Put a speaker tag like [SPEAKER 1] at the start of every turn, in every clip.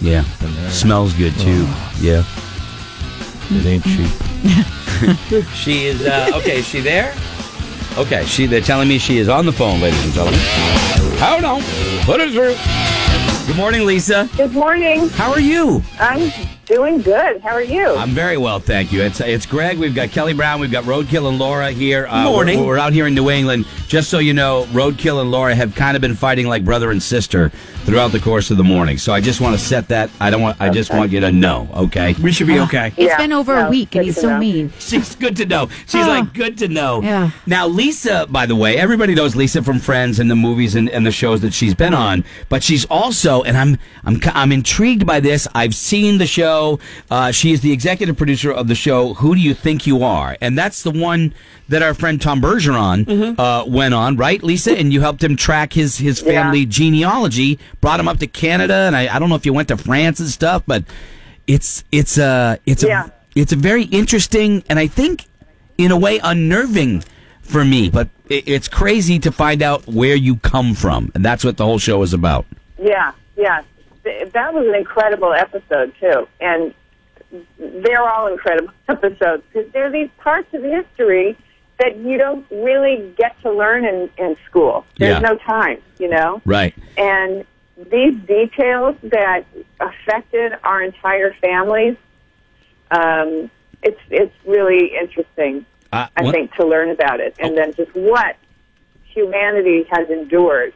[SPEAKER 1] Yeah.
[SPEAKER 2] Panera.
[SPEAKER 1] Smells good too. Yeah.
[SPEAKER 2] It ain't cheap.
[SPEAKER 1] She is uh, okay. Is she there? Okay. She. They're telling me she is on the phone, ladies and gentlemen. Hold on. Put her through. Good morning, Lisa.
[SPEAKER 3] Good morning.
[SPEAKER 1] How are you?
[SPEAKER 3] I'm doing good. How are you?
[SPEAKER 1] I'm very well, thank you. It's it's Greg. We've got Kelly Brown. We've got Roadkill and Laura here. Uh,
[SPEAKER 4] Morning.
[SPEAKER 1] We're, we're out here in New England. Just so you know, Roadkill and Laura have kind of been fighting like brother and sister throughout the course of the morning. So I just want to set that. I don't want. I just want you to know. Okay.
[SPEAKER 4] We should be okay.
[SPEAKER 3] Yeah,
[SPEAKER 5] It's been over
[SPEAKER 3] no,
[SPEAKER 5] a week
[SPEAKER 3] good
[SPEAKER 5] and he's
[SPEAKER 3] to
[SPEAKER 5] so
[SPEAKER 3] know.
[SPEAKER 5] mean.
[SPEAKER 1] She's good to know. She's
[SPEAKER 5] Oh.
[SPEAKER 1] like good to know.
[SPEAKER 5] Yeah.
[SPEAKER 1] Now Lisa, by the way, everybody knows Lisa from Friends and the movies and, and the shows that she's been on, but she's also, and I'm I'm ki- I'm intrigued by this. I've seen the show. Uh, she is the executive producer of the show. Who do you think you are? And that's the one that our friend Tom Bergeron uh, went on, right, Lisa? And you helped him track his his
[SPEAKER 3] Yeah.
[SPEAKER 1] family genealogy, brought him up to Canada, and I, I don't know if you went to France and stuff, but it's it's a it's
[SPEAKER 3] Yeah.
[SPEAKER 1] a it's a very interesting and I think in a way unnerving for me. But i it's crazy to find out where you come from, and that's what the whole show is about.
[SPEAKER 3] Yeah, yeah. Th- That was an incredible episode too, and they're all incredible episodes because there are these parts of history that you don't really get to learn in, in school. There's
[SPEAKER 1] Yeah.
[SPEAKER 3] no time, you know.
[SPEAKER 1] Right.
[SPEAKER 3] And these details that affected our entire families, um, it's it's really interesting.
[SPEAKER 1] Uh, Oh.
[SPEAKER 3] I
[SPEAKER 1] what-
[SPEAKER 3] think to learn about it, and then just what humanity has endured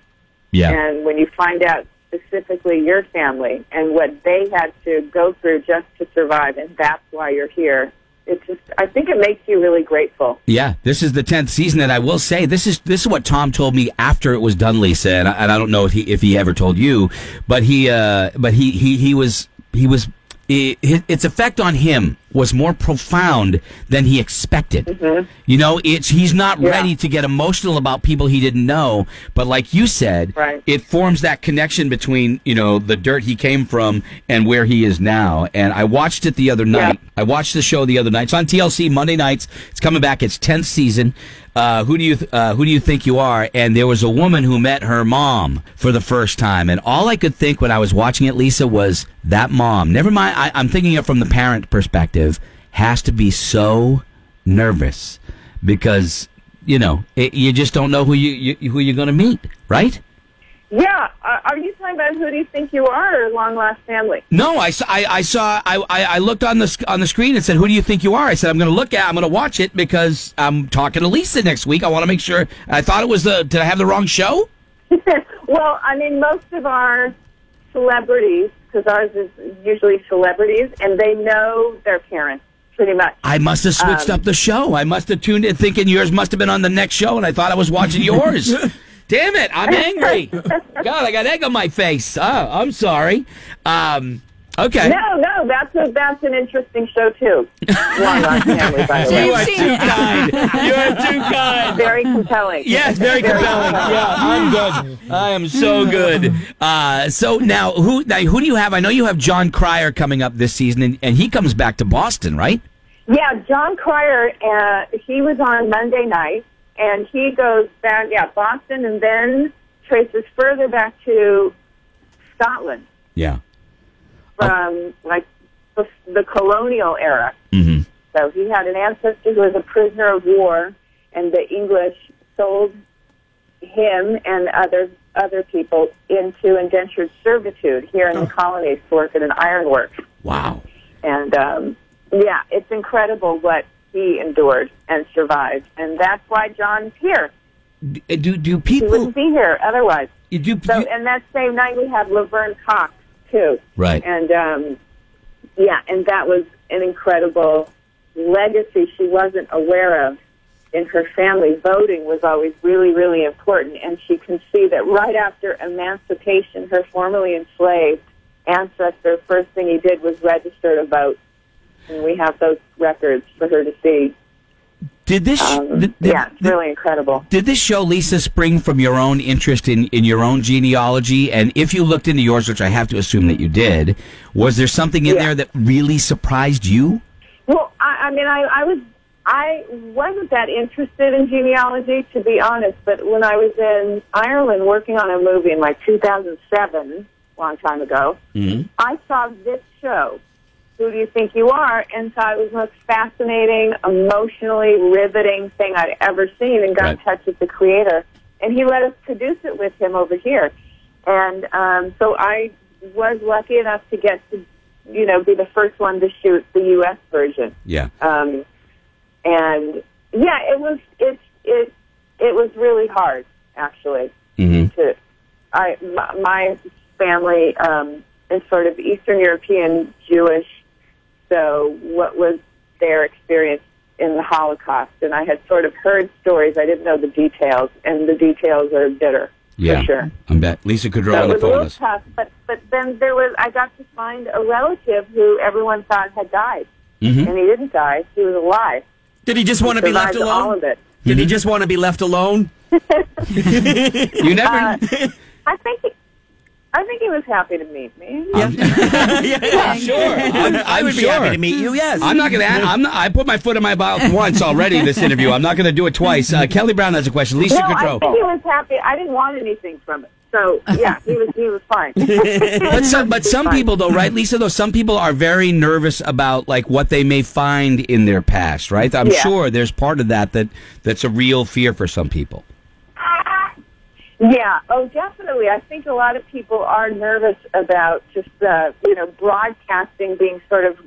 [SPEAKER 1] Yeah.
[SPEAKER 3] and when you find out specifically your family and what they had to go through just to survive, and that's why you're here, it just, I think it makes you really grateful.
[SPEAKER 1] Yeah, this is the tenth season, and I will say this is this is what Tom told me after it was done, Lisa, and I, and I don't know if he if he ever told you, but he uh, but he he he was he was i hi its effect on him was more profound than he expected. You know, it's he's not
[SPEAKER 3] Mm-hmm. Yeah.
[SPEAKER 1] ready to get emotional about people he didn't know, but like you said,
[SPEAKER 3] Right.
[SPEAKER 1] it forms that connection between you know the dirt he came from and where he is now. And I watched it the other
[SPEAKER 3] Yeah.
[SPEAKER 1] night. I watched the show the other night. It's on TLC Monday nights. It's coming back. It's tenth season. Uh, who do you th- uh, who do you think you are? And there was a woman who met her mom for the first time, and all I could think when I was watching it, Lisa, was that mom. Never mind. I, I'm thinking it from the parent perspective. Has to be so nervous because you know it, you just don't know who you, you who you're going to meet, right?
[SPEAKER 3] Yeah, uh, are you talking about who do you think you are, or long lost family?
[SPEAKER 1] No, I, s- I- I saw I, I I looked on the sc- on the screen and said, "Who do you think you are?" I said, "I'm going to look at. I'm going to watch it because I'm talking to Lisa next week. I want to make sure." I thought it was the. Did I have the wrong show?
[SPEAKER 3] well, I mean, most of our celebrities, because ours is usually celebrities, and they know their parents pretty much.
[SPEAKER 1] I must have switched
[SPEAKER 3] Um,
[SPEAKER 1] up the show. I must have tuned in thinking yours must have been on the next show, and I thought I was watching yours. Damn it! I'm angry. God, I got egg on my face. Oh, I'm sorry. Um, okay.
[SPEAKER 3] no, no, that's a, that's an interesting show too. Long lost family, by the
[SPEAKER 1] You
[SPEAKER 3] way,
[SPEAKER 1] are
[SPEAKER 5] I've seen
[SPEAKER 1] too
[SPEAKER 5] it.
[SPEAKER 1] kind. You are too kind.
[SPEAKER 3] very compelling.
[SPEAKER 1] Yes, very compelling. Yeah, I'm good. I am so good. Uh, so now, who now who do you have? I know you have John Cryer coming up this season, and, and he comes back to Boston, right?
[SPEAKER 3] Yeah, John Cryer, uh, he was on Monday night, and he goes back, yeah, Boston, and then traces further back to Scotland
[SPEAKER 1] Yeah.
[SPEAKER 3] from like the, the colonial era. So he had an ancestor who was a prisoner of war, and the English sold him and other other people into indentured servitude here in the colonies to work at an ironworks.
[SPEAKER 1] Wow.
[SPEAKER 3] And um, yeah, it's incredible what he endured and survived, and that's why John's here.
[SPEAKER 1] D- Do do
[SPEAKER 3] He
[SPEAKER 1] people
[SPEAKER 3] wouldn't be here otherwise.
[SPEAKER 1] do, do
[SPEAKER 3] So, and that same night we had Laverne Cox too.
[SPEAKER 1] Right.
[SPEAKER 3] And um, yeah, and that was an incredible legacy she wasn't aware of in her family. Voting was always really, really important, and she can see that right after emancipation, her formerly enslaved ancestor, first thing he did was register to vote. And we have those records for her to see.
[SPEAKER 1] did this?
[SPEAKER 3] Um,
[SPEAKER 1] did, did-
[SPEAKER 3] yeah, it's really incredible.
[SPEAKER 1] Did this show, Lisa, spring from your own interest in, in your own genealogy? And if you looked into yours, which I have to assume that you did, was there something in
[SPEAKER 3] Yeah.
[SPEAKER 1] there that really surprised you?
[SPEAKER 3] Well, I, I mean, I, I was I wasn't that interested in genealogy, to be honest. But when I was in Ireland working on a movie in like 2007, long time ago, I saw this show, Who Do You Think You Are, and thought it was the most fascinating, emotionally riveting thing I'd ever seen and got in
[SPEAKER 1] Right.
[SPEAKER 3] touch with the creator. And he let us produce it with him over here. And um, so I was lucky enough to get to, you know, be the first one to shoot the U.S. version
[SPEAKER 1] Yeah.
[SPEAKER 3] um, and yeah, it was it it it was really hard actually. To I my, my family um, is sort of Eastern European Jewish, so what was their experience in the Holocaust? And I had sort of heard stories. I didn't know the details, and the details are bitter
[SPEAKER 1] Yeah.
[SPEAKER 3] for sure.
[SPEAKER 1] I'm back. Lisa Kudrow
[SPEAKER 3] That
[SPEAKER 1] on the
[SPEAKER 3] was a
[SPEAKER 1] phone.
[SPEAKER 3] little
[SPEAKER 1] with us.
[SPEAKER 3] tough, but but then there was I got to find a relative who everyone thought had died,
[SPEAKER 1] Mm-hmm.
[SPEAKER 3] and he didn't die. He was alive.
[SPEAKER 4] Did he just want to be left
[SPEAKER 3] survived all
[SPEAKER 4] alone?
[SPEAKER 3] of it.
[SPEAKER 4] Did he just want to be left alone?
[SPEAKER 1] You never.
[SPEAKER 3] I think he, I think he was happy to meet me.
[SPEAKER 1] I'm sure. I'm,
[SPEAKER 4] I would be
[SPEAKER 1] sure.
[SPEAKER 4] happy to meet you. Yes.
[SPEAKER 1] I'm not going to. I'm not. I put my foot in my mouth once already in this interview. I'm not going to do it twice. Uh, Kelly Brown has a question. Lisa
[SPEAKER 3] No, I
[SPEAKER 1] Kudrow.
[SPEAKER 3] think he was happy. I didn't want anything from it. So yeah, he was he was fine.
[SPEAKER 1] But some, but some people though, right, Lisa? Though some people are very nervous about like what they may find in their past, right? I'm
[SPEAKER 3] Yeah.
[SPEAKER 1] sure there's part of that that that's a real fear for some people.
[SPEAKER 3] Yeah. Oh, definitely. I think a lot of people are nervous about just uh, you know broadcasting being sort of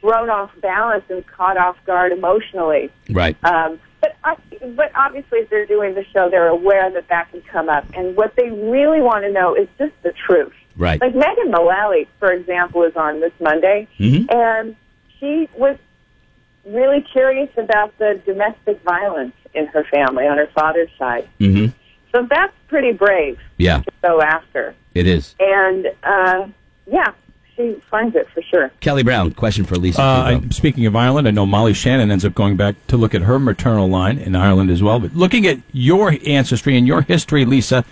[SPEAKER 3] thrown off balance and caught off guard emotionally.
[SPEAKER 1] Right.
[SPEAKER 3] Um, but I, but obviously, if they're doing the show, they're aware that that can come up, and what they really want to know is just the truth.
[SPEAKER 1] Right.
[SPEAKER 3] Like Megan Mullally, for example, is on this Monday,
[SPEAKER 1] Mm-hmm.
[SPEAKER 3] and she was really curious about the domestic violence in her family on her father's side.
[SPEAKER 1] Mhm.
[SPEAKER 3] So that's pretty brave
[SPEAKER 1] Yeah.
[SPEAKER 3] to go after,
[SPEAKER 1] It is.
[SPEAKER 3] and uh, yeah, she finds it for sure.
[SPEAKER 1] Kelly Brown, question for Lisa.
[SPEAKER 2] Uh, I,
[SPEAKER 1] Kudrow.
[SPEAKER 2] speaking of Ireland, I know Molly Shannon ends up going back to look at her maternal line in Ireland as well. But looking at your ancestry and your history, Lisa,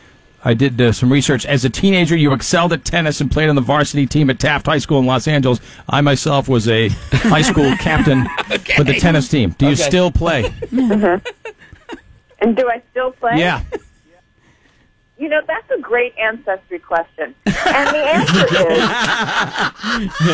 [SPEAKER 2] I did uh, some research. As a teenager, you excelled at tennis and played on the varsity team at Taft High School in Los Angeles. I myself was a high school captain for the tennis team. Do you
[SPEAKER 1] Okay.
[SPEAKER 2] still play?
[SPEAKER 3] And do I still play?
[SPEAKER 2] yeah.
[SPEAKER 3] You know, that's a great ancestry question. And the answer is no,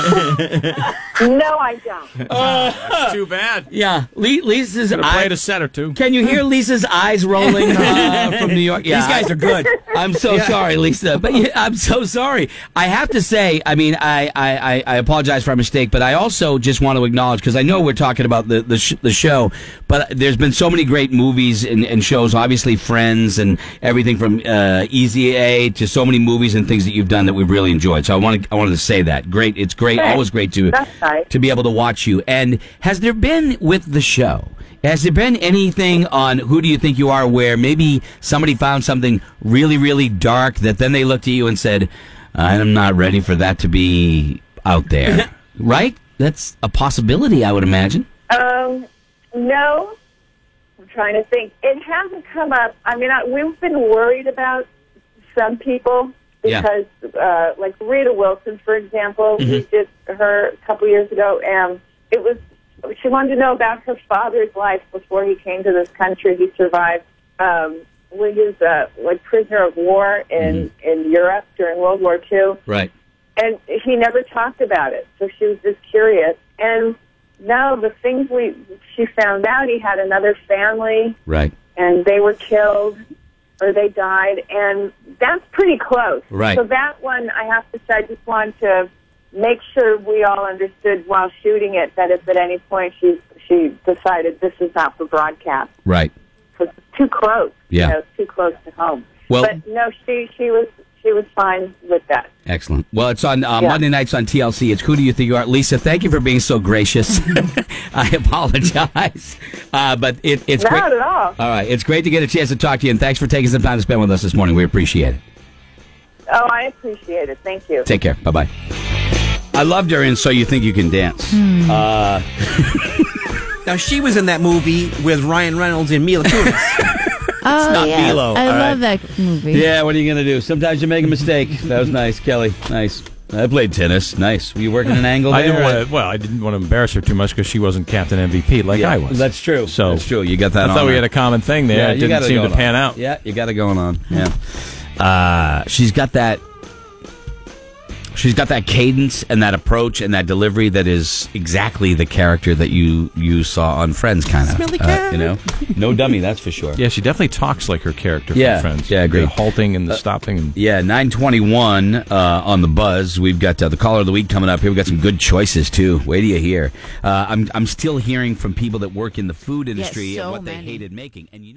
[SPEAKER 3] I don't.
[SPEAKER 4] Too bad.
[SPEAKER 1] yeah. Li- Lisa's
[SPEAKER 2] Played a
[SPEAKER 1] eyes.
[SPEAKER 2] set or two.
[SPEAKER 1] Can you hear Lisa's eyes rolling uh, from New York? Yeah,
[SPEAKER 4] These guys are good.
[SPEAKER 1] I'm so sorry, Lisa. But yeah, I'm so sorry. I have to say, I mean, I, I, I- I apologize for our mistake, but I also just want to acknowledge because I know we're talking about the the, sh- the show, but there's been so many great movies and, and shows. Obviously, Friends and everything from uh, Easy A to so many movies and things that you've done that we've really enjoyed. So I wanted I wanted to say that. Great, it's great.
[SPEAKER 3] Thanks.
[SPEAKER 1] Always great to
[SPEAKER 3] That's nice.
[SPEAKER 1] to be able to watch you. And has there been with the show? Has there been anything on Who Do You Think You Are where maybe somebody found something really, really dark that then they looked at you and said, I'm not ready for that to be out there? right? That's a possibility, I would imagine.
[SPEAKER 3] Um, no, I'm trying to think. It hasn't come up. I mean, I, we've been worried about some people
[SPEAKER 1] Yeah.
[SPEAKER 3] because, uh, like Rita Wilson, for example, we did her a couple years ago, and it was she wanted to know about her father's life before he came to this country. He survived. Um, well, he was uh, like prisoner of war in in Europe during World War II
[SPEAKER 1] Right.
[SPEAKER 3] and he never talked about it. So she was just curious. And now the things we she found out he had another family
[SPEAKER 1] Right.
[SPEAKER 3] and they were killed or they died and that's pretty close.
[SPEAKER 1] Right.
[SPEAKER 3] So that one I have to say I just wanted to make sure we all understood while shooting it that if at any point she she decided this is not for broadcast
[SPEAKER 1] Right.
[SPEAKER 3] because it's too close.
[SPEAKER 1] Yeah.
[SPEAKER 3] You know, it's too close to home.
[SPEAKER 1] Well-
[SPEAKER 3] but no, she she was she was fine with that.
[SPEAKER 1] Excellent. Well, it's on uh,
[SPEAKER 3] Yeah.
[SPEAKER 1] Monday nights on TLC. It's Who Do You Think You Are? Lisa, thank you for being so gracious. I apologize. Uh, but it, it's
[SPEAKER 3] Not
[SPEAKER 1] great.
[SPEAKER 3] at all.
[SPEAKER 1] All right. It's great to get a chance to talk to you, and thanks for taking some time to spend with us this morning. We appreciate it.
[SPEAKER 3] Oh, I appreciate it. Thank you.
[SPEAKER 1] Take care. Bye bye. I loved her in So You Think You Can Dance.
[SPEAKER 4] Now she was in that movie with Ryan Reynolds and Mila Kunis.
[SPEAKER 5] Oh,
[SPEAKER 1] not
[SPEAKER 5] yeah.
[SPEAKER 1] Milo,
[SPEAKER 5] I
[SPEAKER 1] all
[SPEAKER 5] love that movie.
[SPEAKER 1] Yeah, what are you going to do? Sometimes you make a mistake. That was nice, Kelly. Nice. I played tennis. Nice. Were you working an angle
[SPEAKER 2] I
[SPEAKER 1] there?
[SPEAKER 2] didn't want to, well, I didn't want to embarrass her too much because she wasn't captain MVP like
[SPEAKER 1] Yeah,
[SPEAKER 2] I was.
[SPEAKER 1] That's true.
[SPEAKER 2] So
[SPEAKER 1] that's true. You got
[SPEAKER 2] I
[SPEAKER 1] that
[SPEAKER 2] thought
[SPEAKER 1] on
[SPEAKER 2] we
[SPEAKER 1] there.
[SPEAKER 2] had a common thing there. it
[SPEAKER 1] you
[SPEAKER 2] didn't
[SPEAKER 1] got
[SPEAKER 2] seem to
[SPEAKER 1] going on.
[SPEAKER 2] pan out.
[SPEAKER 1] Yeah, you got it going on. Yeah. Uh, she's got that She's got that cadence and that approach and that delivery that is exactly the character that you you saw on Friends, kind of.
[SPEAKER 4] Smelly
[SPEAKER 1] you
[SPEAKER 4] cat.
[SPEAKER 1] know, no dummy, that's for sure.
[SPEAKER 2] Yeah, she definitely talks like her character
[SPEAKER 1] Yeah,
[SPEAKER 2] from Friends.
[SPEAKER 1] yeah, I agree. Uh,
[SPEAKER 2] The halting and the stopping. And,
[SPEAKER 1] Yeah, 921 uh, on the buzz. We've got uh, the caller of the week coming up here. We've got some good choices, too. Wait till you hear. Uh, I'm, I'm still hearing from people that work in the food industry
[SPEAKER 5] so
[SPEAKER 1] and what they
[SPEAKER 5] many.
[SPEAKER 1] hated making. And you know